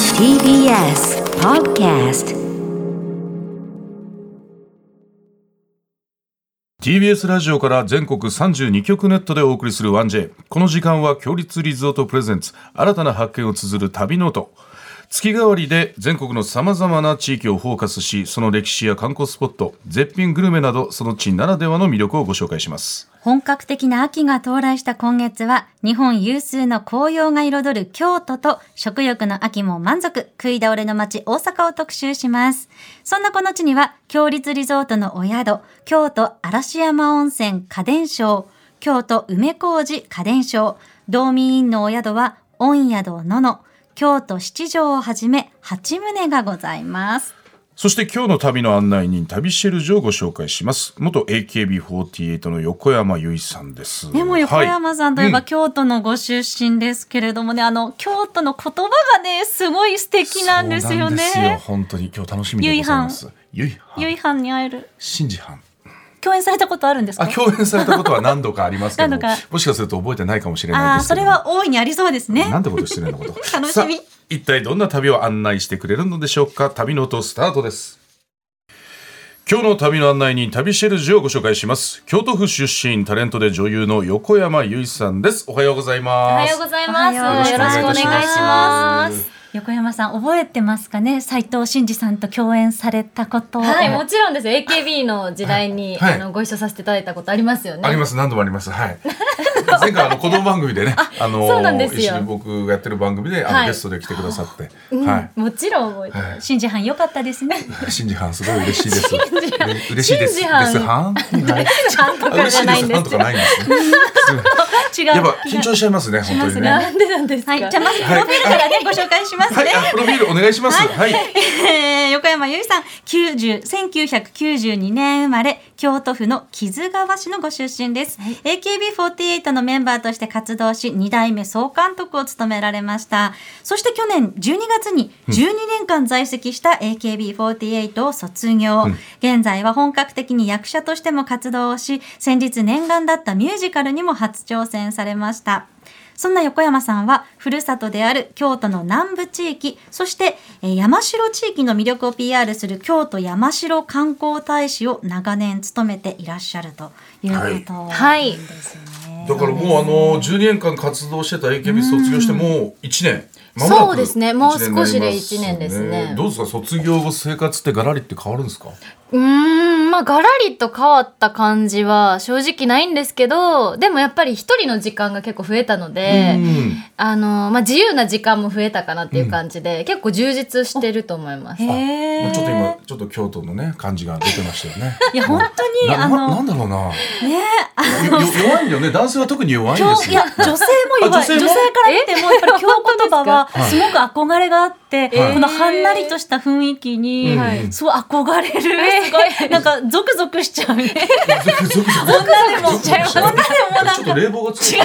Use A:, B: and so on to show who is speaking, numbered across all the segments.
A: TBS Podcast
B: TBS ラジオから全国32局ネットでお送りする 1J この時間は強立リゾートプレゼンツ新たな発見を綴る旅ノート月替わりで全国のさまざまな地域をフォーカスしその歴史や観光スポット絶品グルメなどその地ならではの魅力をご紹介します
C: 本格的な秋が到来した今月は、日本有数の紅葉が彩る京都と、食欲の秋も満足、食い倒れの街大阪を特集します。そんなこの地には、強立リゾートのお宿、京都嵐山温泉家電商、京都梅小路家電商、道民院のお宿は、御宿のの、京都七条をはじめ、八棟がございます。
B: そして今日の旅の案内人旅シェルジュをご紹介します元 AKB48 の横山由依さんです
C: でも横山さんといえば京都のご出身ですけれどもね、あの京都の言葉がねすごい素敵なんですよ
B: そうなんですよ
C: ね。
B: 本当に今日楽しみでございますゆいはん
C: ゆいはんに会える
B: 新次はん
C: 共演されたことあるんですか
B: あ。共演されたことは何度かありま すけども
C: 何度か
B: もしかすると覚えてないかもしれない
C: あ
B: で
C: ー
B: すけ
C: そ
B: ど
C: れは大いにありそうですね。
B: なんてことしてるのこと
C: 楽しみ
B: さあ一体どんな旅を案内してくれるのでしょうか旅の音スタートです今日の旅の案内人旅シェルジュをご紹介します京都府出身タレントで女優の横山由依さんですおはようございます
D: おはようございます。
C: お
D: よ
C: はようござい
D: ろ
C: ます
D: しくお願いします。
C: 横山さん覚えてますかね斉藤真二さんと共演されたこと。
D: はい、もちろんです。AKB の時代に、
B: はいはい
D: あのご一緒させていただいたことありますよね。
B: あります何度もありま すはい前回あの子供番組でねあの
D: そうなんですよ
B: 一緒に僕がやってる番組であの、
D: はい
B: ゲストで来てくださって、
D: うん
B: はい
D: もちろん覚えてます。
B: はい
C: 真二はん良かった ですね。
B: 新次藩すごい嬉しいです。う嬉しいです。で
D: 新
B: す
D: 次藩
B: はん。はい
D: なんと
B: あ
D: か
B: 嬉
D: じ
B: し
D: ゃ
B: いで
D: ない
B: す。
D: んで
B: なんとか
D: すよ。
B: ないんですね。
C: 違う。
B: やっぱ緊張しちゃいますね、本当にね。は
D: なんでなんですか。
C: はい、じゃあまずプロフィールからね、ご紹介しますね。
B: い、あプロフィールお願いします。はい。
C: え ー横山由依さん90 1992年生まれ京都府の木津川市のご出身です、AKB48 のメンバーとして活動し2代目総監督を務められましたそして去年12月に12年間在籍した AKB48 を卒業、現在は本格的に役者としても活動をし先日念願だったミュージカルにも初挑戦されましたそんな横山さんは、ふるさとである京都の南部地域、そして、えー山城地域の魅力を PR する京都山城観光大使を長年務めていらっしゃるということな
D: は
C: ん
D: い
C: ですよね。
B: だからもうあの12年間活動してた AKB 卒業してもう1年。間もなく
D: そうですねもう少しで一年です
B: 一
D: ね
B: になりまどうですか卒業後生活ってガラリって変わるんですか。
D: うーん、まあガラリと変わった感じは正直ないんですけど、でもやっぱり一人の時間が結構増えたので、
B: うん
D: あのまあ自由な時間も増えたかなっていう感じで、結構充実してると思います。
C: へ
B: ま
C: ー
B: あちょっと今ちょっと京都のね感じが出てましたよね。
C: いや、本当に、
B: な
C: あ
B: なな
C: の
B: ん、だろうな。ねよよ弱いよね男性は特に弱いん
C: 今
B: で
C: 日、
B: す
C: い
B: よ
C: や。、女性も弱い。
B: あ
C: 女
B: 女
C: 性
B: 性も
C: から見ても、やっぱり京言葉は
B: はい
C: すごく憧れがあって、
B: はい
C: このはんなりとした雰囲気に、
B: はい
C: そう憧れる、すごい、なんか、ゾクゾクしちゃうね。
B: ゾクゾク
C: 女でも
B: ゾクゾクしちゃ
C: 女
B: う
C: でもなんか
B: ちょっと冷房がついて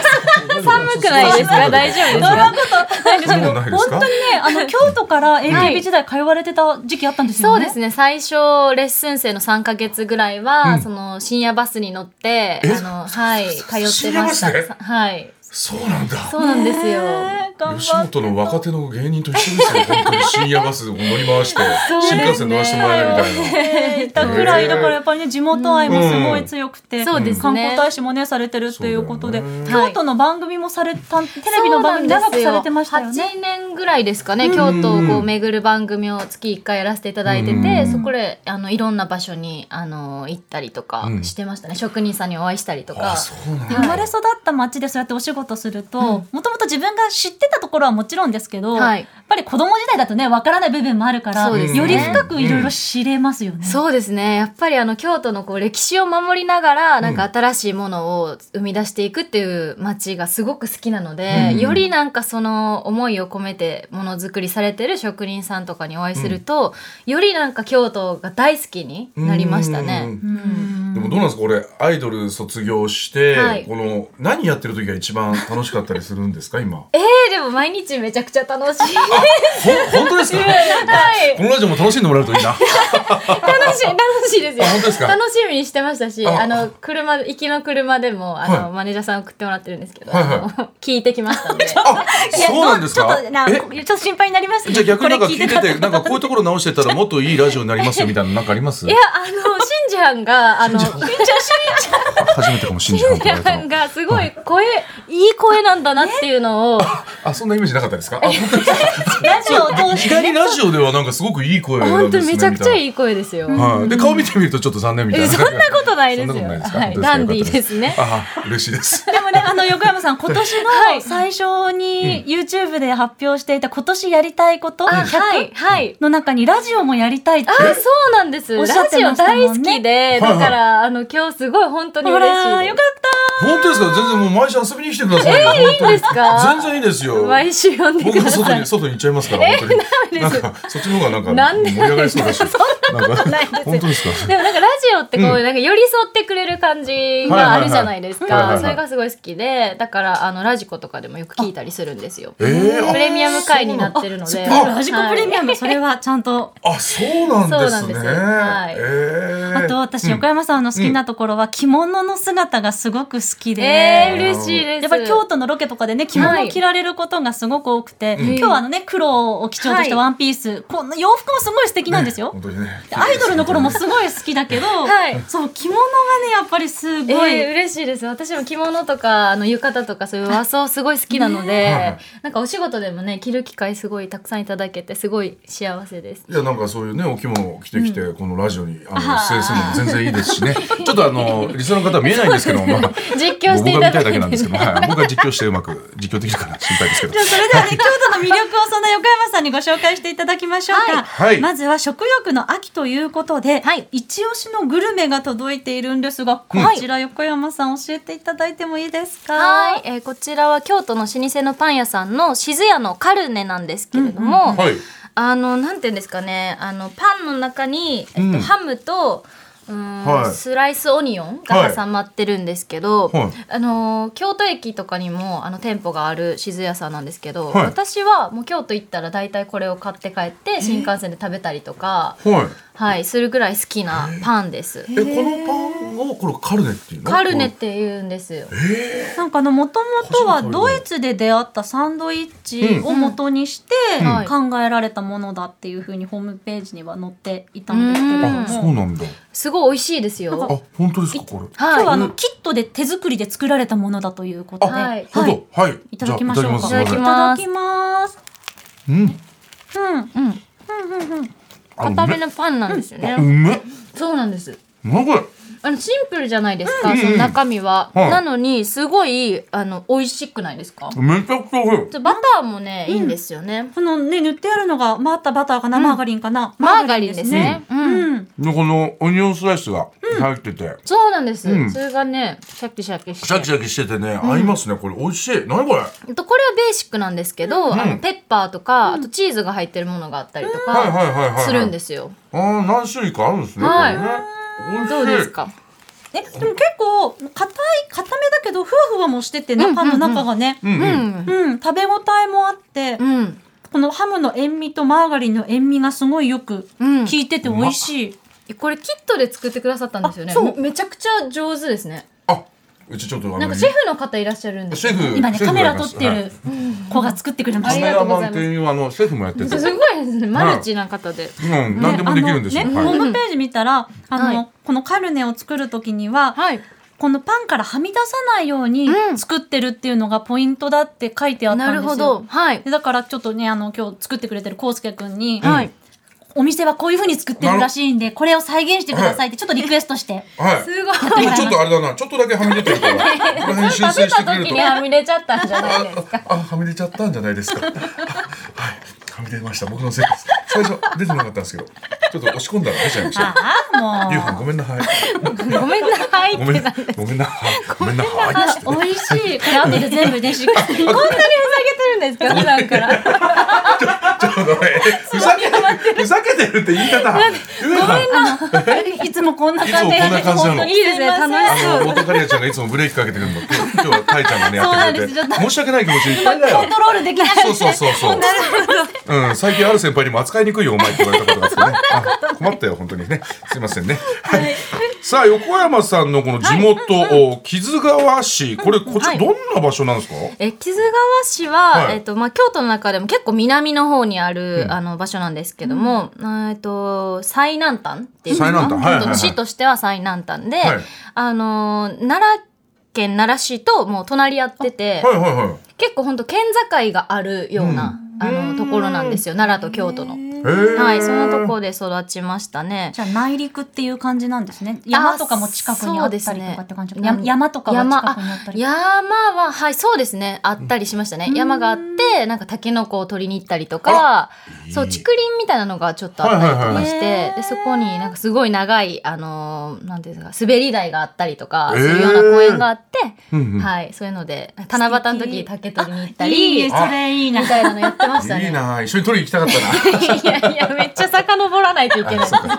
B: る。寒
D: くないですか大丈夫
C: そんなことないですけど、
B: そんなことないで
C: 本
B: すか
C: 当にね、あの京都から AKB 時代通われてた時期あったんです
D: そ
C: よ
D: う
C: ね。
D: ですね最初レッスン生の3か月ぐらいは、その深夜バスに乗って
B: え
D: あのはい通ってまし
B: 深夜バスで
D: たはい
B: そうなんだ。
D: そうなんですよ、
C: ね。頑
B: 吉
C: 張って
B: 本の若手の芸人と一緒ですよ、本当に深夜バスを乗り回して、
D: そうです
B: 新
D: ね
B: 幹線乗らせてもらえるみたいな。
C: いたぐらいだからやっぱりね地元愛もすごい強くて、
D: んそうですね
C: 観光大使もねされてるっていうことで、
B: そうだよね
C: 京都の番組もされたテレビの番組長くされてましたよね。
D: 8年ぐらいですかね京都をこう巡る番組を月1回やらせていただいててそこであのいろんな場所にあの行ったりとか
B: うん
D: してましたね、職人さんにお会いしたりとか
B: あ、そうなん
C: で
B: だ。
C: 生まれ育った町でそうやってお仕事するともともと自分が知ってたところはもちろんですけど、
D: はい
C: やっぱり子供時代だとねわからない部分もあるから、
D: そうですね
C: より深くいろいろ知れますよね。
D: そうですね。やっぱりあの京都のこう歴史を守りながら、なんか新しいものを生み出していくっていう街がすごく好きなので、
B: うん
D: よりなんかその思いを込めてものづくりされてる職人さんとかにお会いすると、よりなんか京都が大好きになりましたね。
B: うん
C: うん
B: でもどうなんですかこれアイドル卒業して、
D: はい
B: この何やってる時が一番楽しかったりするんですか今
D: えー、でも毎日めちゃくちゃ楽し い。
B: ほん本当ですか
D: はい
B: このラジオも楽しんでもらえるといいな
D: 楽しい、楽しいですよ。
B: あ本当ですか
D: 楽しみにしてましたし、
B: あ
D: あの、車、行きの車でも、あの、
B: はい
D: マネージャーさん送ってもらってるんですけど、
B: はいはい
D: あの聞いてきましたんで。
B: あそうなんですか
C: ちょっとな
B: え
C: ちょっと心配になりますね。
B: じゃあ逆になんか
C: これ
B: 聞いて
C: たら
B: てなんかこういうところ直してたらもっといいラジオになりますよみたいななんかあります
D: いや、あの、しんじはん が、あの、しん
B: 初めてかもしんじゃん
D: じはんが、すご い声、いい声なんだなっていうのを、
B: あそんなイメージなかったですかあ本当ですか
C: ラジオを通し
B: 意
C: て
B: 外
C: ね
B: にラジオではなんかすごくいい声な
D: 本
B: ん
D: 当
B: で
D: に
B: すね
D: めちゃくちゃ
B: い
D: いい声ですよ。
B: はい、で顔見てみるとちょっと残念みたい
D: え
B: な
D: そんなことないですよ。
B: そんなことないですか
D: は
B: 本
D: い、
B: 当です
D: ダ
B: か
D: ンディーですね。
B: あ嬉しいです
C: でもね、あの、横山さん、今年
D: は
C: の
D: い
C: 最初に YouTube で発表していた今年やりたいこと、
D: あ、はい、
C: 100
D: はい。
C: の中にラジオもやりたいって
D: あ。、そうなんです。
C: おっ
D: ラ
C: しゃって
D: ジオ
C: ましたもん
D: 大
C: ね
D: 好きで、
B: はい
D: だから、あの、今日すごい本当に
C: ほ
D: 嬉
C: ら、
D: しい
C: よか
D: で
B: 本当ですか全然もう毎週遊びに来てくださいよ、本
D: す。い
B: 当
D: いん
B: に
D: ですか
B: 全然いいですよ
D: 毎週呼んで
B: 僕
D: くだ
B: も外
D: さい
B: に。外に行っちゃいますから、本当に。なんかそっちの方がなんか
D: なんで
B: 盛り上がりそうだし。なんか
D: ないですよ
B: 本当ですか。
D: でもなんかラジオってこう、なんか寄り添ってくれる感じがあるじゃないです
B: はいはいはい
D: か。それがすごい好きで、だからあのラジコとかでもよく聞いたりするんですよ。
B: え
D: プ
B: ーあ
D: レミアム会になってるので。
B: あ
C: った。ラジコプレミア
D: ム。
C: ム、それはちゃんと。
B: あ、そうなんですね。
D: そうなんです
B: えー
C: あと、私、横山さんの好きなところは、着物の姿がすごく好きで。
D: えー、嬉しいです。
C: やっぱり京都のロケとかでね着物を着られることがすごく多くて、
B: はい
C: 今日はあのね黒を基調としたワンピース、こんな洋服もすごい素敵なんですよ、
B: 本当にね。
C: アイドルの頃もすごい好きだけど、
D: はい
C: そう着物がねやっぱりす
D: え
C: ごい、
D: ー、嬉しいです私も着物とかあの浴衣とかそういう和装すごい好きなので、
B: はい
D: なんかお仕事でもね着る機会すごいたくさんいただけてすごい幸 せです
B: いやなんかそういうねお着物を着てきて、このラジオにあの
C: あー
B: 出演するのも全然いいですしね ちょっとあのリスナーの方は見えないんですけども、まあ、
D: 実況してい
B: 僕が見
D: ただ
B: たい
D: いて
B: だけなんですけども、
D: ね
B: はい、僕が実況してうまく実況できるかな心配ですけど
C: じゃあそれではね、京都の魅力をそんな横山さんにご紹介していただきましょうか。
B: はい
C: まずは食欲の秋ということで、
D: はい
C: 一押しのグルメが届いているんですが、こちら横山さん教えていただいてもいいですか。
D: はい、えーこちらは京都の老舗のパン屋さんの静屋のカルネなんですけれども、
B: はい
D: あのなんていうんですかねあのパンの中に、えっと
B: うん
D: ハムとうーん
B: はい
D: スライスオニオンが挟まってるんですけど、
B: はい
D: あのー京都駅とかにもあの店舗がある静屋さんなんですけど、
B: はい
D: 私はもう京都行ったら大体これを買って帰って新幹線で食べたりとか、
B: はい
D: はい、するぐらい好きなパンです。
B: えこのパンをこれカルネっていうの
D: カルネって言うんですよ。
C: なんかあの元々はドイツで出会ったサンドイッチを元にして
D: うん
C: 考えられたものだっていうふうにホームページには載っていたんですけれど
D: うん
B: あそう
C: も。
B: なんだ
D: すごい美味しいですよ。
B: あ本当ですかこれ
C: 今
D: は
C: 日
D: い
C: はあのキットで手作りで作られたものだということで、
D: あ
C: は
D: はいい、
B: ほどはい
C: いただきましょうか。
B: じゃあいただきます
D: ます
C: いただきます。
B: うん
C: うん。
D: うん、
B: あ
D: 固め
B: う
D: のパンなんですよ
B: め
D: ね。
B: あうめ
D: そうなんです。
B: なんか
D: あのシンプルじゃないですか、
B: うん
D: その中身は、
B: うんはい
D: なのにすごいあの美味しくないですか、
B: めちゃくちゃ美味しい
D: ちょバターもね、いいんですよね
C: このね塗ってあるのがまたバターかな、マーガリンかな
D: マーガリンですね
C: マーガリンですねうん
B: でこのオニオンスライスが入ってて、
D: そうなんです、
B: うん
D: それがねシャキシャキして
B: シャキシャキしててね、合いますねこれ美味しい何これ
D: えっとこれはベーシックなんですけど、あ
B: うん
D: のペッパーとかあとチーズが入ってるものがあったりと
B: はいはいはいはい
D: か
B: はい
D: するんですよ、
B: あー何種類かあるんですね
D: はい
B: これね
D: どうですか
C: えでも結構硬い硬めだけどふわふわもしててね、
D: うん
C: パンの中がね、
B: 美味しいうんう
D: う
B: ん、
D: ん
C: うん、食べ応えもあって、
D: うん
C: このハムの塩味とマーガリンの塩味がすごいよく
D: うん
C: 効いてて美味しい。
D: これキットで作ってくださったんですよね
C: あそう
D: めめちゃくちゃ上手ですね
B: あうちちょっとあの
D: なんかシェフの方いらっしゃるんで
B: シ
D: すよ
B: ェフ
C: 今ね
B: シェ
C: カ
B: フ
C: メ
B: がい
C: ラ
B: ま
C: 撮っ
B: す
C: てる子が作ってくれま
B: はい
C: した。
B: カメ
D: ありが
B: ラマン
D: とうございます
B: っていうあのシェフもやって て
D: すごいですねマルチな方で、
B: うん何でもできるんですよ、
C: ねあの
B: はい
C: ねホームページ見たら、あの、
D: はい
C: このカルネを作るときには、
D: はい
C: このパンからはみ出さないように
D: うん
C: 作ってるっていうのがポイントだって書いてあったん
D: な
C: です
D: る
C: よ。
D: ほどはい
C: でだからちょっとねあの今日作ってくれてるコウスケ君に、
D: はい。
C: お店はこういう風に作ってるらしいんでこれを再現してくださいってちょっとリクエストして
B: はい
D: すごい。
B: でもちょっとあれだなちょっとだけはみ出てるからこの辺修
D: 食
B: 正
D: べ
B: してく
D: た
B: れる
D: 時
B: と
D: にはみ出ちゃったんじゃないですか。
B: ああはみ出ちゃったんじゃないですか。はい、はみ出ました。僕のせいです。最初出てなかったんですけど、ちょっと押し込んだら出ちゃいました。
C: あ
B: ゆうは
C: あ
B: んごめんなはい。
D: ごめんなさいって
B: ごめん
D: な。
B: ごめんなごめんなはい。
C: もう美味しいこれ後で全部ねしっかり
D: こんなにふざけてるんですか普段から。
B: ちょっとごめんふざけてるふざけてるって言い方。ゆうはん
D: あの
C: いつもこんな感じ
B: いつもこんな感じなの
C: 本当に
D: いいですね
C: すません
D: 楽しそう
B: あの元カレアちゃんがいつもブレーキかけてくるの今日はタイちゃんがね
C: そう
B: や
C: な
B: っ
C: ん
B: て
C: で
B: くれ
C: すち
B: て
C: ょっと
B: 申し訳ない気持ちいっぱいだよ
C: コントロールできない
B: そうそうそうそううん最近ある先輩にも扱いにくいよお前って言われたこと があってねあ困ったよ本当にねすいませんねはいさあ横山さんのこの地元お木津川市これこっ
D: は
B: ち
D: い
B: どんな場所なんですか
D: え木津川市は、
B: はい
D: えっとまあ、京都の中でも結構南の方にある、あの場所なんですけども、えっと、最南端っていうんですか
B: 最南端はいはいはい
D: えっと市としては最南端で、
B: はい
D: あの奈良県奈良市ともう隣り合ってて、
B: はいはいはい
D: 結構本当県境があるような、あのところなんですよ奈良と京都の。
B: へー
D: はい、そのとこで育ちましたね。
C: じゃあ内陸っていう感じなんですね。山とかも近くにあった
D: そう
C: り
D: です
C: と
D: ね
C: かって感じ。
D: 山
C: 山山とかは近くにあったり。
D: 山あ山ははいそうですねあったりしましたね、山があってなんかタケノコを取りに行ったりとかそう竹林みたいなのがちょっとあったりと
B: はいはい
D: か
B: はい
D: して、でそこになんかすごい長いあのーなんていうんですか滑り台があったりとか、
B: えー
D: そういうような公園があって、
B: うんうん
D: はいそういうので七夕の時に竹取りに行った
C: いい
D: り
C: ね
D: み
C: それいいな。
D: たいなのやってましたね。
B: いいな一緒に取りに行きたかったな
D: いやいやめっちゃ遡らないといけな
B: あ
D: い
B: そうか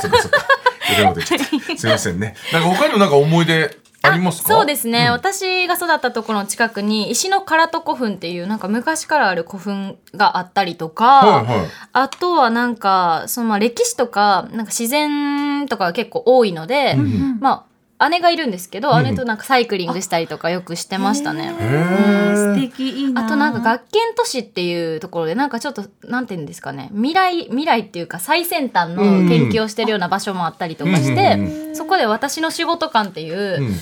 B: そうかそうかそうかいろいろ出ちゃったすいませんねなんか他にもなんか思い出ありますか
D: そうですね、私が育ったところの近くに石の唐戸古墳っていうなんか昔からある古墳があったりとか、
B: はいはい
D: あとはなんかそのまあ歴史とかなんか自然とかが結構多いので、まあ姉がいるんですけど、姉となんかサイクリングしたりとかよくしてましたね。
B: へー
C: 素敵いいな。
D: あとなんか学研都市っていうところでなんかちょっとなんて言うんですかね未来未来っていうか最先端の研究をしてるような場所もあったりとかして、
B: うんうん
D: そこで私の仕事館っていう、
B: うん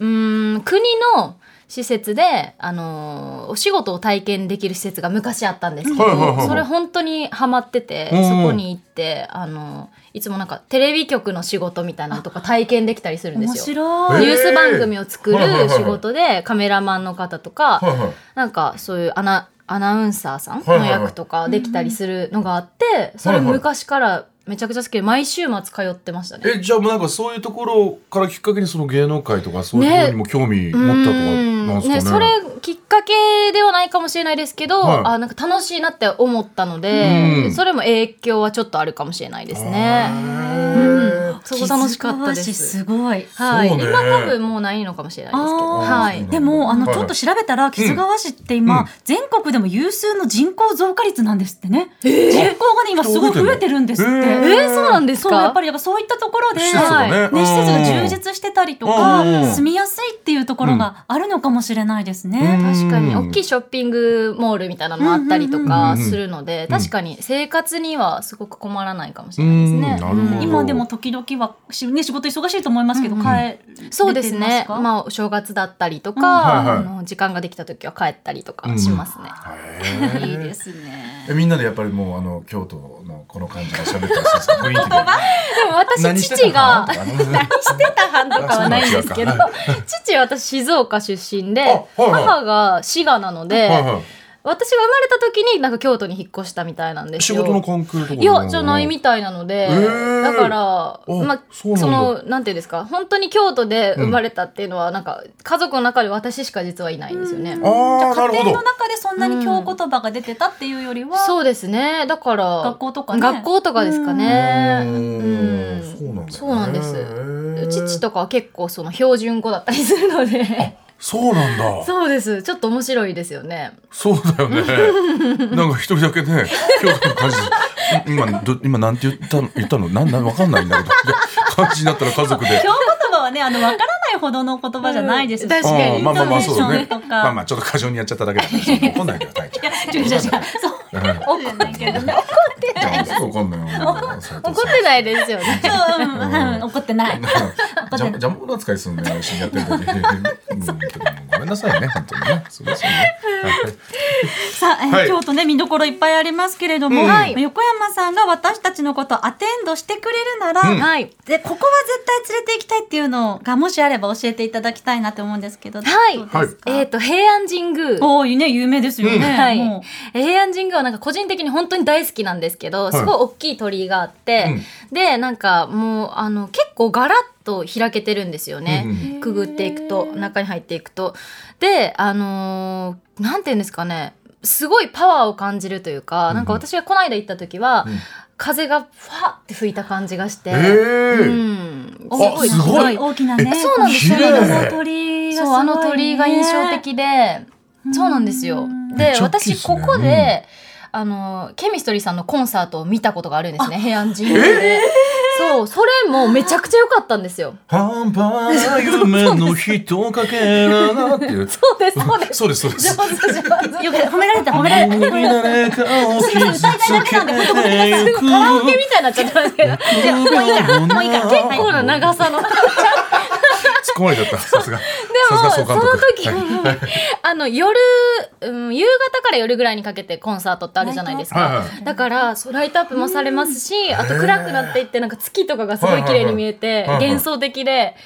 D: うーん国の施設で、あのーお仕事を体験できる施設が昔あったんですけど、
B: はいはいはいはい
D: それ本当にハマってて、
B: うんうん
D: そこに行って、あのーいつもなんかテレビ局の仕事みたいなのとか体験できたりするんで
C: 面
D: す
C: 白
D: よ。
B: 白
C: い。
B: い
D: ニュース番組を作る
B: はいはいはいはい
D: 仕事でカメラマンの方とか、
B: はいはい
D: なんかそういうアナアナウンサーさんの役とかできたりするのがあって、それ昔からめちゃくちゃ好きで毎週末通ってましたね。
B: えじゃあもうなんかそういうところからきっかけにその芸能界とかそういうところにも興味持ったとかなんですかね。
D: うんそれきっかけではないかもしれないですけど、
B: はい
D: あなんか楽しいなって思ったの
B: う
D: で
B: ん
D: それも影響はちょっとあるかもしれないですね。
B: ね。
D: そこ楽しかったです。
C: すごい。
D: はい、
B: そうね
D: 今多分もうないのかもしれないですけど、
C: あ
B: ー
D: はい、
C: でもあの
B: はい
C: ちょっと調べたら木津川市って今、
B: うん
C: 全国でも有数の人口増加率なんですってね、人口がね今すごい増えてるんですって、
B: 人増えてん
D: え
B: のへー
D: ー、そうなんです
C: そ
D: か。
C: うやっぱりやっぱそういったところで
B: 施設がね
C: はい
B: うん
C: 施設が充実してたりとか、
B: うん
C: 住みやすいっていうところがあるのかもしれないです
B: うん
C: ね。
D: 確かに大きいショッピングモールみたいなのもあったりと
B: うん
D: か
B: うんうん
D: するので、
B: うん
D: 確かに生活にはすごく困らないかもし
B: う
D: れないで
B: ん
D: す
B: な
D: ね
B: る。ほど。
C: 今でも時々はし、ね、仕事忙しいと思いますけど、
D: うんうん
C: 帰れてますか
D: そうですね。まあお正月だったりとか、
B: うんはいはい
D: あの時間ができた時は帰ったりとかしますね。
B: へー
C: いいですね。
B: えみんなでやっぱりもうあの京都のこの感じが喋ってますか雰 囲気で。
D: でも私父が
B: 何してたのとかね
D: してた班とかはないんですけど
B: あそうな、
D: 父は私静岡出身で、
B: あはいはい
D: 母が滋賀なので、
B: はいは
D: 私が生まれた時になんか京都に引っ越したみたいなんで
B: い。
D: す
B: 仕
D: よ。
B: 事の関係とか。
D: いやじゃないみたいなので、
B: ー
D: だから
B: あ
D: まあ
B: そうなんだ
D: そのなんていうんですか本当に京都で生まれたっていうのは、なんか家族の中で私しか実はいないんですよね。
B: あ
C: じゃ
B: あ
C: あ家
B: なるほ
C: 庭
B: ど
C: の。中でそんなに京言葉が出てたっていうよりは、
D: そうですね。だから
C: 学校とかね
D: 学校とかですかね。
B: う
D: うんん
B: そうなんだよね
D: そうなんで
B: へー
D: す。父とかは結構その標準語だったりするので、
B: そうなんだ。
D: そうです。ちょっと面白いですよね。
B: そうだ よね。なんか一人だけね、京都の感じ。今、ど今なんて言ったの、言ったの、なん、なん、わかんないんだけど。感じになったら家族で
C: 京。言葉はねあのわからないほどの言葉じゃないですし、
D: うん確かに
B: うんまあまあまあ、そうだ
C: イン
B: ね。
C: トネーションとか
B: まあまあ、ちょっと過剰にやっちゃった だけだから、そんな怒んないから、大ちゃん。
C: いやいやいやそう
D: 怒
B: 怒
D: ってない。
B: んないよ。
D: 怒ってないです よね。
C: うんうん怒ってない。
B: ジャムジャムボール扱いするんだよ、一緒にやってる時うんけどもごめんなさいね、本当にね。すいませんね。
C: さあ、えー
B: はい
C: 京都ね見どころいっぱいありますけれども、
B: うん
D: はい
C: 横山さんが私たちのことをアテンドしてくれるなら、
B: うん
D: はい。
C: でここは絶対連れて行きたいっていうのがもしあれば教えていただきたいなと思うんですけど、
D: はい
C: どうですか
D: えっ、と平安神宮。
C: おーね有名ですよね。
D: はい
C: もう、
D: 平安神宮はなんか個人的に本当に大好きなんですけど、
B: い
D: すごい大きい鳥居があって、でなんかもうあの結構ガラッと開けてるんですよね、
B: うんうん
D: くぐっていくと中に入っていくと。であのーなんて言うんですかねすごいパワーを感じるというか、なんか私がこの間行った時は、風がファーって吹いた感じがして、
B: えー
D: うん、
B: あすごい
C: 大きなね。
D: そうなんですよ
B: 綺麗
C: あの鳥居がすごいね
D: そうあの鳥居が印象。的で、そうなんですよ
B: めっ
D: で
B: ちゃ大きいっ
D: 私
B: すね
D: ここで、あのケミストリーさんのコンサートを見たことがあるんですね平安神宮で、そうそれもめちゃくちゃ良かったんですよ
B: 半 端な夢の人かけらなっていう。
D: そうですそ うです
B: そうです、そうです。
D: 上手上手
C: よく褒められた褒められた。
B: 無理誰かを傷つけてゆく。
D: カラオケみたいになっちゃったんで
B: もういいから、
D: 結構な長さの
B: 突っ込まれちゃった。さすが。
D: で
B: さす
D: も
B: が総
D: その
B: 監督
D: 時も あの夜、うん、夕方から夜ぐらいにかけてコンサートってあるじゃないです
B: はいは
D: か
B: い
D: だからそうライトアップもされますしあと
B: へー
D: 暗くなっていってなんか月とかがすごい綺麗に見え
B: はい
D: て
B: はいはい
D: 幻想的で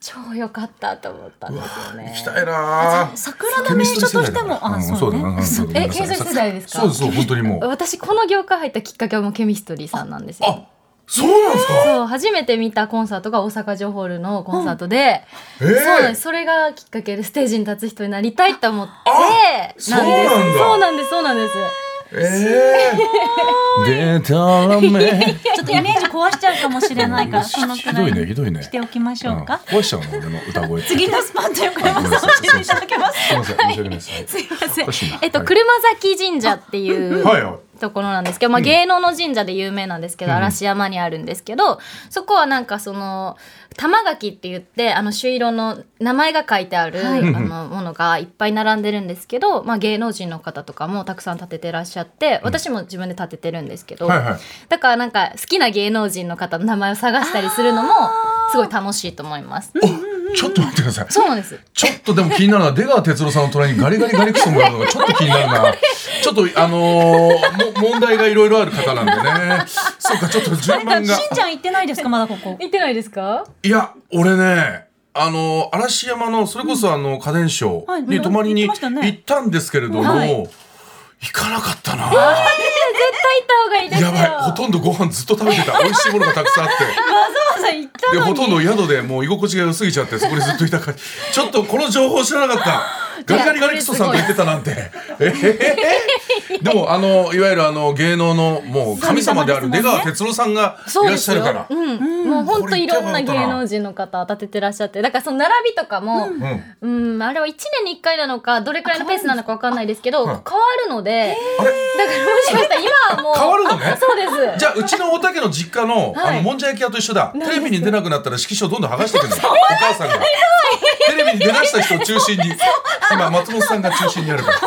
D: 超良かったと思ったんですよ
B: 行
D: ね
B: き。たいなぁ。
C: 桜の名所としても、あ、そうね。
D: えケミストリー世代ですか
B: そうです、そう、本当にもう。
D: 私この業界入ったきっかけはもうケミストリーさんなんですよ。
B: あ、そうなんですか
D: そう初めて見たコンサートが大阪城ホールのコンサートで、
B: え
D: そうなんで
B: ー
D: すそれがきっかけでステージに立つ人になりたいと思ってなんです
B: そうなんだ
D: そうなんですそうなんです
B: えー。出たらめ。
C: ちょっとイメージ壊しちゃうかもしれないから、そのく
B: ひ
C: ら
B: ど
C: い
B: いね、
C: に
B: ひどいね
C: し。ておきましょうか。
B: 壊しちゃうの、俺の歌声。
C: 次のスパンと横山さん教えていただけます。
B: すみません、申し訳ないです。
D: すいませ
B: お
D: ん
B: かしいな
D: えっと
B: はい
D: 車崎神社っていう
B: はいはい
D: ところなんですけど、まあ、芸能の神社で有名なんですけど、嵐山にあるんですけどそこはなんかその玉垣って言ってあの朱色の名前が書いてある、あのものがいっぱい並んでるんですけど、まあ、芸能人の方とかもたくさん建ててらっしゃって私も自分で建ててるんですけど、
B: はいはい
D: だからなんか好きな芸能人の方の名前を探したりするのもすごい楽しいと思います。
B: おちょっと待ってください。
D: そうなんです
B: ちょっとでも気になるのは出川哲朗さんの隣にガリガリガリクソンがあるのがちょっと気になるな。ちょっとあのーも問題がいろいろある方なんでね。そうかちょっと順番が
C: し。んちゃん行ってないですか、まだここ。
D: 行ってないですか
B: いや俺ね。あのー嵐山のそれこそあの家電商
C: はい
B: に泊まりに
C: 行ってましたね
B: 行ったんですけれども、
C: はい
B: 行かなかったな。
D: 絶対行った方がいいですよ
B: やばいほとんどご飯ずっと食べてた美味しいものがたくさんあって。
C: わざわざ行った
B: で
C: の
B: ほ
C: に。
B: とんど宿でもう居心地が良すぎちゃってそこにずっとい たからちょっとこの情報知らなかったガリガリガリクソさんと言ってたなんてえへへへでもあのいわゆるあの芸能のもう神様である出川哲朗さんがいらっしゃるから
D: そうですようん、もう本当いろんな芸能人の方立ててらっしゃってだからその並びとかも、うん
B: うん
D: あれは1年に1回なのかどれくらいのペースなのか分かんないですけど変
B: は
D: わ
B: い
D: るので
B: あれ
D: だからもしかしたら今はもう
B: 変わるのね
D: あそうです
B: じゃあうちのおたけの実家のあ
D: はい
B: のもんじゃ焼き屋と一緒だテレビに出なくなったら色紙をどんどん剥がしてくるのお母さんがテレビに出だした人を中心に今松本さんが中心にあるから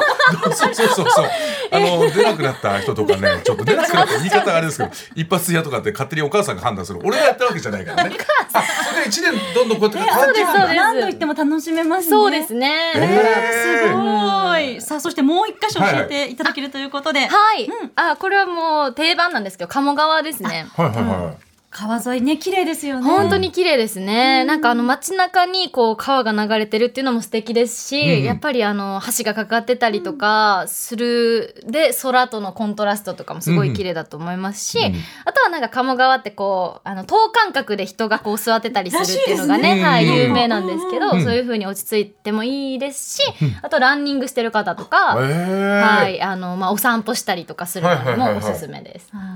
B: そうそうそうそうあの出なくなった人とかねちょっと出なくなった言い方あれですけど一発屋とかって勝手にお母さんが判断する俺がやったわけじゃないからねあそれで一年どんどんこうやって変わっていくん
D: そうです
B: だ
C: 何度行っても楽しめますね。
D: そうですね、
B: えー
C: はい。さあ、そしてもう一箇所教えていただけるということで、
D: はい、あこれはもう定番なんですけど鴨川ですね
B: はいはいはい
C: 川沿いね、綺麗ですよね。
D: 本当に綺麗ですね、なんかあの街中にこう川が流れてるっていうのも素敵ですし、
B: うんうん
D: やっぱりあの橋がかかってたりとかする、で空とのコントラストとかもすごい綺麗だと思いますし、
B: うん
D: あとはなんか鴨川ってこうあの等間隔で人がこう座ってたりするっていうのがね
B: らしいですね
D: は
B: う
D: い、
B: ん
D: 有名なんですけど、
B: ん
D: そういう風に落ち着いてもいいですし、あとランニングしてる方とか、
B: えー
D: はいあのまあ、お散歩したりとかするのもおすすめです。
C: あ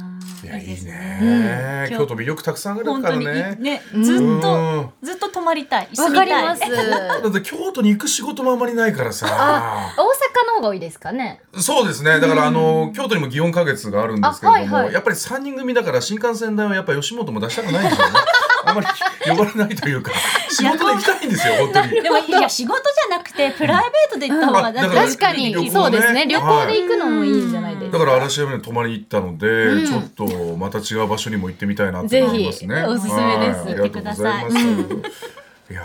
C: ー。
B: いやいい
C: うん
B: ね京都魅力たくさんある
C: 本
B: か
C: 当
B: ら
C: にいい
B: ね
C: ね、ずっ
B: う
C: と
B: ん、
C: ずっと泊まりたい。
D: わ、
C: 住み
D: か
C: たい
D: り ます
B: だって京都に行く仕事もあまりないからさ
D: あ大阪の方が多いですかね。
B: そうですね。だから、あの、京都にも祇園花月があるんですけれども、
D: あはいはい
B: やっぱり3人組だから新幹線代はやっぱ吉本も出したくないんですよね。あんまり呼ばれないというか、仕事で行きたいんですよ、本当に。
C: でも、いや、仕事じゃなくて、プライベートで行った方
B: う
C: が、
B: ん
C: だっ
B: あだ
C: て
B: から
D: 確かに、
B: 旅行ね
D: そうですね旅行で行くのもいいじゃないです
B: だ
D: か、
B: から嵐山に泊まりに行ったので、
D: ん
B: ちょっとまた違う場所にも行ってみたいなと思いますね。
D: ぜひおすすめです
B: はいありがとうございます。
C: 行
B: いや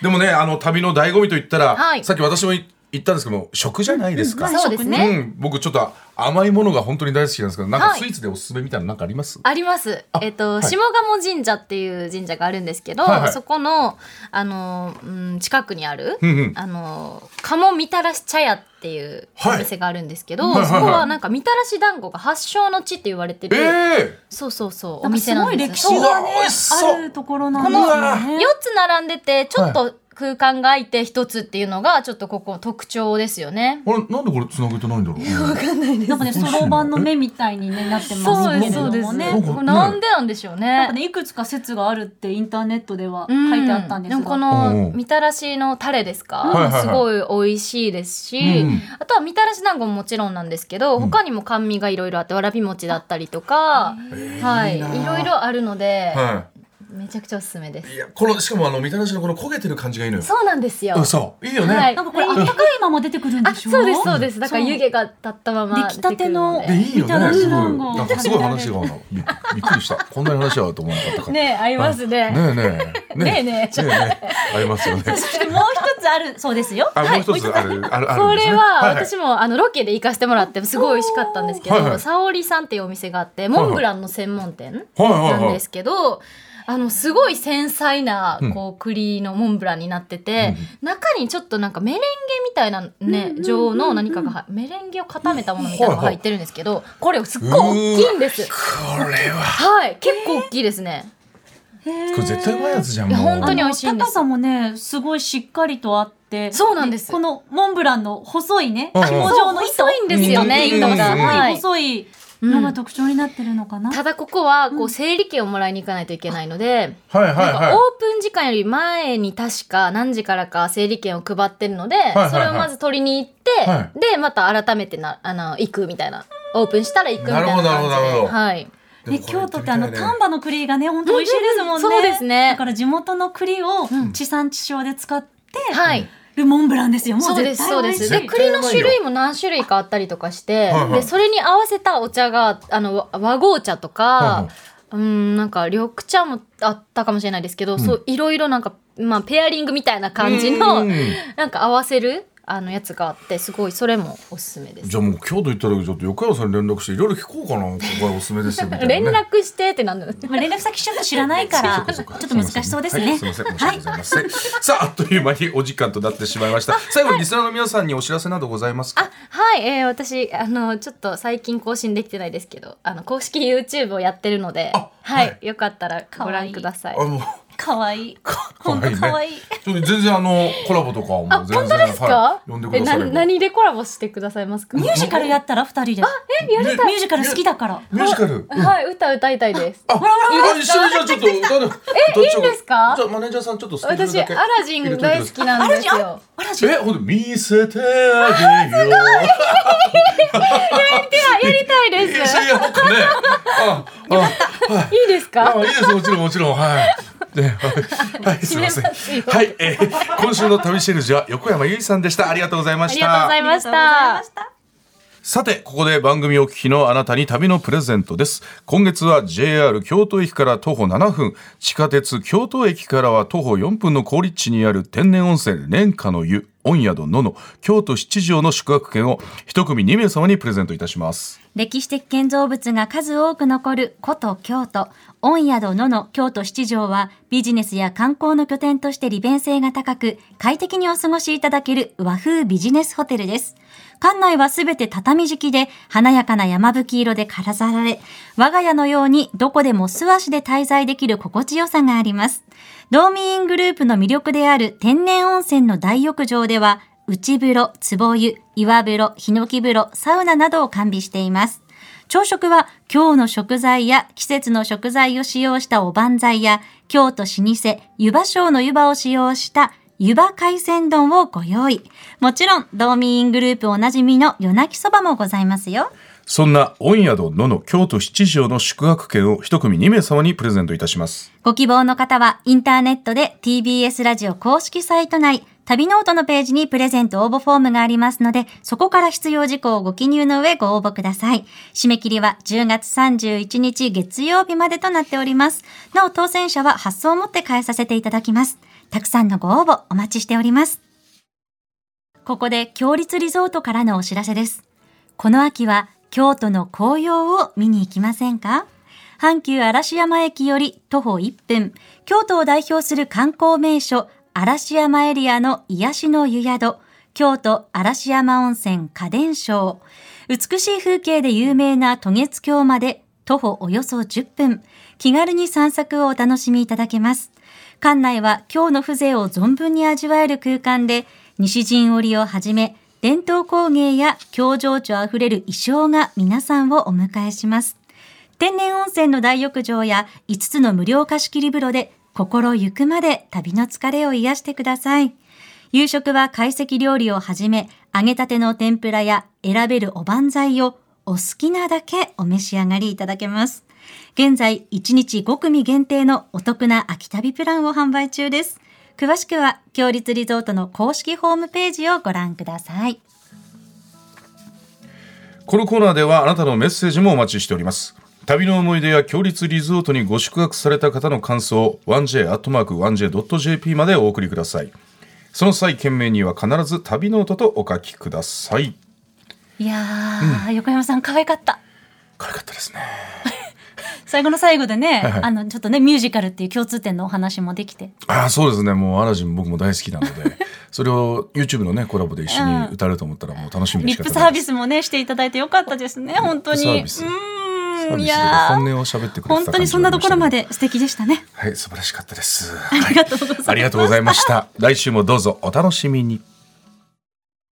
B: ーでもね、あの旅の醍醐味と言ったら、
D: はい
B: さっき私も言ったんですけども、食じゃないですか。
C: うんまあ
D: そうです
B: う
D: ね、
B: ん、僕ちょっと甘いものが本当に大好きなんですけど、なんか
D: はい
B: スイーツでおすすめみたいなのなんかあります？
D: あります
B: あ
D: えっと、
B: はい
D: 下鴨神社っていう神社があるんですけど、
B: はいはい
D: そこのあの、うん、近くにある、
B: うんうん
D: あの鴨みたらし茶屋っていう
B: はい
D: お店があるんですけど、
B: はいはいはい
D: そこはなんかみたらし団子が発祥の地って言われてる、
B: ええ
D: そうそう
C: な
D: そうお
C: んか
D: 店
C: す
D: な
C: ごい
D: んで
C: 歴
D: す
C: 史が
B: うわ
C: ね
B: 美味し、
C: あ
B: そう
C: るところなんですよね。
D: 4つ並んでてちょっと空間が空いて一つっていうのがちょっとここ特徴ですよね。
B: あれなんでこれ繋げてないんだろう。
C: なんかね、そろばんの目みたいに、ね、なってますけれどもね。
B: そうです
D: これなんでなんでしょう
C: なん
D: ね
C: か。ね、いくつか説があるってインターネットでは書
D: うん
C: いてあったんです
D: もこ
C: が。
B: う
D: の
B: ん
D: みたらしのタレですか、
B: はいはい
D: すごい美味しいですし、
B: うん
D: あとはみたらし団子ももちろんなんですけど、他にも甘味がいろいろあってわらび餅だったりとか、はい、いろいろあるので、
B: は
D: めちゃくちゃおすすめです
B: い。いやこのしかもあのみたらしのこの焦げてる感じがいいのよ。
D: そうなんですよ。
B: そういいよね。
D: はい
C: なんかこれ、あったかいまま出てくるん
D: あ、
C: でしょ
D: そうですそうです。だから
C: そう
D: 湯気が立ったまま
C: 出来たての
D: 出
B: で
D: て
B: い
D: くる
B: いよ
C: みたら
B: ね。す
C: し
B: ごい
C: 団子
B: なんかすごい話があのびびっくりした。こんなに話はと思わなかったか
D: の
B: ら。
D: でね、合いますね。
B: ねえ ねえ。
D: ねえねえ
B: えねえ。ありますよね。
C: そしてもう一つあるそうですよ。
B: あもう一つあるあるある
D: こ
B: んです
D: れ
B: ね。
D: は
B: はいはい
D: 私もあのロケで行かせてもらってすごい美味しかったんですけ
B: はいはい
D: ど、沙織さんっていうお店があってモンブランの専門店
B: はいはいはい
D: なんですけど、あのすごい繊細な
B: うん
D: こう栗のモンブランになってて、中にちょっとなんかメレンゲみたいなね状の何かが入メレンゲを固めたものみたいなのが入ってるんですけど、これすっごい大きいんです。
B: これは
D: はい、結構大きいですね。
B: これ絶対うまいやつじゃんもう。
D: いや本当に美味しいんです
C: 高さもね、すごいしっかりとあって。
D: そうなんです
C: このモンブランの細いね、
B: うんうん
C: 紐状の糸。
D: 細いんですよね
C: 糸
B: 糸が
C: が。は、
D: はいい
C: 細いのが特徴になってるのかな。
D: ただここはこう整理券をもらいに行かないといけないので、
B: はいはい
D: なん
B: はい
D: かオープン時間より前に確か何時からか整理券を配ってるので、
B: はいはい
D: それをまず取りに行って、
B: は
D: でまた改めてなあの行くみたいなオープンしたら行くみたいな感じで
B: なるほどなるほどなるほど
D: はい、
B: でも
C: ね、
B: これ
C: 京都ってあ
B: 行
C: の
B: みたいね
C: 丹波の栗がね本当美味しいですもんね。
D: うんうんうんそうですね
C: だから地元の栗を地産地消で使って
D: はい、
C: るモンブランですよ。も
D: そううで
C: 絶
D: す
C: 対
D: そう
C: 美
D: で
C: 味しい
D: す
B: 絶
D: で
B: 対
D: 栗の種類も何種類かあったりとかして、
B: はいはい
D: でそれに合わせたお茶があのわ和合茶とか、
B: はいは
D: うんなんか緑茶もあったかもしれないですけど、そういろいろなんか、まあ、ペアリングみたいな感じの
B: うん
D: なんか合わせるあのやつがあってすごいそれもおすすめです
B: じ。ゃあもう京都行ったらちょっと横山さんに連絡していろいろ聞こうかなここはおすすめですよみたいな、ね、
D: 連絡してってなんだろう
C: まあ連絡先ちょっと知らないからちょっと難しそうですね。
B: はい、すみません、申し訳ございません。さあ、あっという間にお時間となってしまいました。最後にリスナーの皆さんにお知らせなどございますか。
D: はい、えー、私あのちょっと最近更新できてないですけどあの公式 YouTube をやってるので
B: あ
D: は
B: はい
D: い、よかったらご覧ください。
B: あの、
C: 可愛い。
B: 可
C: 本当
B: 愛いね
C: 可愛い。
B: ちょっと全然あのコラボとかも
D: あ、
B: 全然
D: 本当です
B: は
D: か
B: い、呼んで
D: え
B: くださ。
D: ない何でコラボしてくださいますか
C: ミュージカルやったら二人で。
D: え、やりたい
C: ミュージカル好きだから。
B: ミュージカル。
D: はい、歌歌いたいです。
B: あ、あ一緒にじゃあちょっと歌で。え
D: いいんですか
B: じゃあマネージャーさんちょっとスケジュール
D: 私、
B: だ
D: ア
B: け
D: ラジン大好きなんですよ。
C: あらじゃ
B: え、ほんと見せてあげよう。
D: いや、やりたい
B: いや
D: で
B: い
D: す。
B: やなんかね。あ、あ、はい。
D: いいですか
B: あいいですもちろんもちろんはい。ねはい、はい、すみません。はい、えー今週の旅シェルジュは横山由依さんでした。ありがとうございま
D: あ
B: し
D: りがとうご
B: た
D: ざ。いました。
C: た。
B: さて、ここで番組をお聞きのあなたに旅のプレゼントです。今月は JR 京都駅から徒歩7分、地下鉄京都駅からは徒歩4分の高立地にある天然温泉蓮華の湯、温宿のの、京都七条の宿泊券を一組2名様にプレゼントいたします。
C: 歴史的建造物が数多く残る古都京都御宿野の京都七条はビジネスや観光の拠点として利便性が高く快適にお過ごしいただける和風ビジネスホテルです館内はすべて畳敷きで華やかな山吹色で飾られ我が家のようにどこでも素足で滞在できる心地よさがあります道民イングループの魅力である天然温泉の大浴場では内風呂、壺湯、岩風呂、ヒノキ風呂、サウナなどを完備しています。朝食は今日の食材や季節の食材を使用したおばんざいや京都老舗湯葉省の湯葉を使用した湯葉海鮮丼をご用意。もちろん、道民イングループおなじみの夜泣きそばもございますよ。
B: そんな御宿のの京都七条の宿泊券を一組2名様にプレゼントいたします。
C: ご希望の方はインターネットで TBS ラジオ公式サイト内、旅ノートのページにプレゼント応募フォームがありますので、そこから必要事項をご記入の上ご応募ください。締め切りは10月31日月曜日までとなっております。なお当選者は発送をもって返させていただきます。たくさんのご応募お待ちしております。ここで強立リゾートからのお知らせです。この秋は京都の紅葉を見に行きませんか阪急嵐山駅より徒歩1分、京都を代表する観光名所、嵐山エリアの癒しの湯宿、京都嵐山温泉家電商。美しい風景で有名な渡月橋まで徒歩およそ10分、気軽に散策をお楽しみいただけます。館内は今日の風情を存分に味わえる空間で、西陣織をはじめ、伝統工芸や表情情あふれる衣装が皆さんをお迎えします。天然温泉の大浴場や5つの無料貸し切り風呂で心ゆくまで旅の疲れを癒してください。夕食は懐石料理をはじめ、揚げたての天ぷらや選べるおばんざいをお好きなだけお召し上がりいただけます。現在、1日5組限定のお得な秋旅プランを販売中です。詳しくは、強立リゾートの公式ホームページをご覧ください。
B: このコーナーではあなたのメッセージもお待ちしております。旅の思い出や強立リゾートにご宿泊された方の感想、1j.1j.jp までお送りください。その際、件名には必ず旅ノートとお書きください。
C: いやー、横山さん可愛かった。
B: 軽かったですね。
C: 最後の最後でね、
B: はい
C: あの、ちょっとね、ミュージカルっていう共通点のお話もできて。
B: ああ、そうですね。もうアラジン僕も大好きなの で、それを YouTube のね、コラボで一緒に歌えると思ったらもう楽しみで
C: リ
B: し
C: ッ
B: か
C: プ
B: た
C: サー
B: で
C: ビ
B: す。
C: スもね、していただいてよかったですね、本当に。
B: リ
C: う
B: ップサービス
C: ー
B: サ
C: ん、い
B: ービスで
C: や
B: 本
C: ー
B: 音を喋ってくれてた
C: 本当にそんなところまで素敵でしたね。
B: はい、素晴らしかったです。ありがとうございました。来週もどうぞお楽しみに。